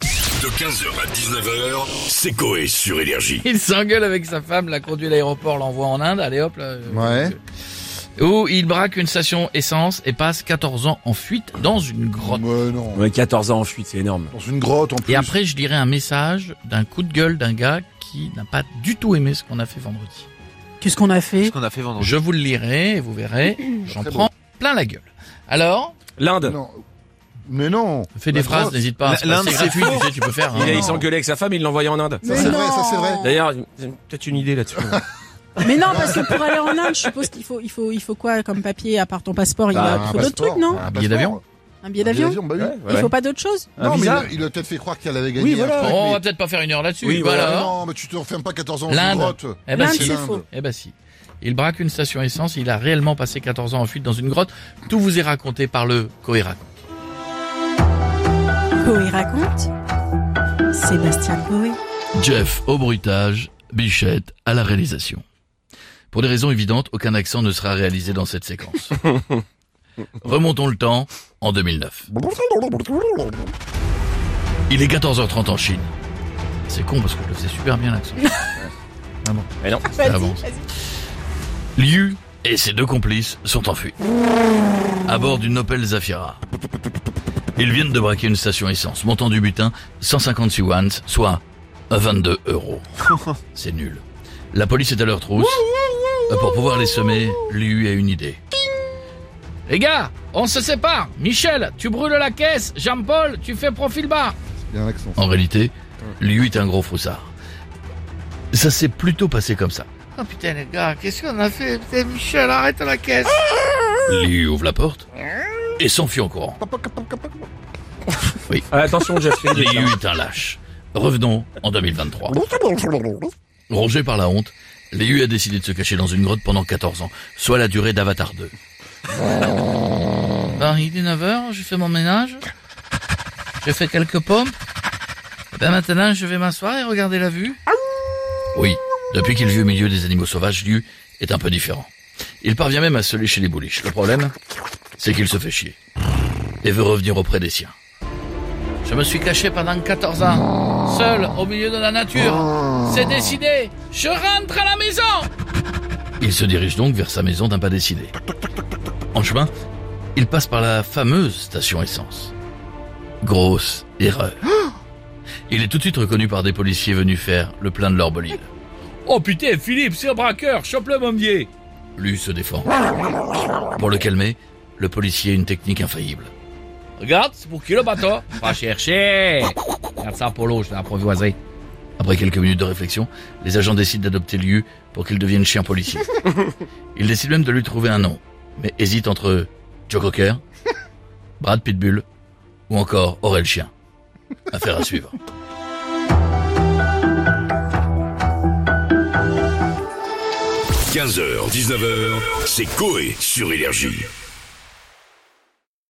De 15h à 19h, c'est Coé sur Énergie. Il s'engueule avec sa femme, la conduit à l'aéroport, l'envoie en Inde, allez hop là. euh, Ouais. Où il braque une station essence et passe 14 ans en fuite dans une grotte. Ouais, non. Ouais, 14 ans en fuite, c'est énorme. Dans une grotte en plus. Et après, je lirai un message d'un coup de gueule d'un gars qui n'a pas du tout aimé ce qu'on a fait vendredi. Qu'est-ce qu'on a fait qu'on a fait vendredi. Je vous le lirai et vous verrez, j'en prends plein la gueule. Alors, L'Inde. Non. Mais non. fais des La phrases, grotte. n'hésite pas. c'est pas- L'Inde, c'est c'est gratuit, tu sais, tu peux faire. Il, a- hein. il s'engueulait avec sa femme, il l'envoyait en Inde. Ça c'est vrai, ça c'est vrai. D'ailleurs, j'ai peut-être une idée là-dessus. Mais non, parce que pour aller en Inde, je suppose qu'il faut, il faut, il faut quoi comme papier à part ton passeport Il Bah, y a d'autres passeport. trucs, non Un billet d'avion Un billet d'avion bah oui. Ouais, Il voilà. faut pas d'autre chose Un Non, mais il visa a, il a peut-être fait croire qu'elle avait gagné. Oui, voilà. un truc, Bon, on mais- va peut-être pas faire une heure là-dessus. Oui, bah voilà. alors. Non, mais tu te enfermes pas 14 ans dans L'Inde. une grotte. Eh ben, L'Inde, si. c'est l'Inde. faux. Eh ben si. Il braque une station essence, il a réellement passé 14 ans en fuite dans une grotte. Tout vous est raconté par le Cohérac. Coé raconte Sébastien Coé. Jeff au bruitage, Bichette à la réalisation. Pour des raisons évidentes, aucun accent ne sera réalisé dans cette séquence. Remontons le temps en 2009. Il est 14h30 en Chine. C'est con parce que je le faisais super bien l'accent. Mais non. Ah Ça avance. Liu et ses deux complices sont en fuite. À bord d'une Opel Zafira. Ils viennent de braquer une station essence. Montant du butin, 156 wands, soit 22 euros. C'est nul. La police est à leur trousse. Euh, Pour pouvoir les semer, Liu a une idée. Les gars, on se sépare. Michel, tu brûles la caisse. Jean-Paul, tu fais profil bas. Il y a un accent. En réalité, lui est un gros froussard. Ça s'est plutôt passé comme ça. Oh putain les gars, qu'est-ce qu'on a fait Putain Michel, arrête la caisse Lui ouvre la porte et s'enfuit en courant. Ah, attention, Jeff. fais des- Liu est un lâche. Revenons en 2023. Rongé par la honte, Liu a décidé de se cacher dans une grotte pendant 14 ans, soit la durée d'Avatar 2. Ben, il est 9h, je fais mon ménage, je fais quelques pompes, et ben maintenant je vais m'asseoir et regarder la vue. Oui, depuis qu'il vit au milieu des animaux sauvages, Liu est un peu différent. Il parvient même à se lécher les bouliches. Le problème, c'est qu'il se fait chier et veut revenir auprès des siens. Je me suis caché pendant 14 ans, seul au milieu de la nature. C'est décidé, je rentre à la maison. Il se dirige donc vers sa maison d'un pas décidé. En chemin, il passe par la fameuse station essence. Grosse erreur. Il est tout de suite reconnu par des policiers venus faire le plein de leur bolide. Oh putain, Philippe, c'est un braqueur, chope-le, mon vieil. Lui se défend. Pour le calmer, le policier a une technique infaillible. Regarde, c'est pour qui le bateau Va chercher Regarde ça, Polo, je l'ai apprivoisé. Après quelques minutes de réflexion, les agents décident d'adopter Liu pour qu'il devienne chien policier. Ils décident même de lui trouver un nom, mais hésitent entre Joe Cocker, Brad Pitbull ou encore Aurel Chien. Affaire à suivre. Heures, 19h, c'est Coé sur Énergie.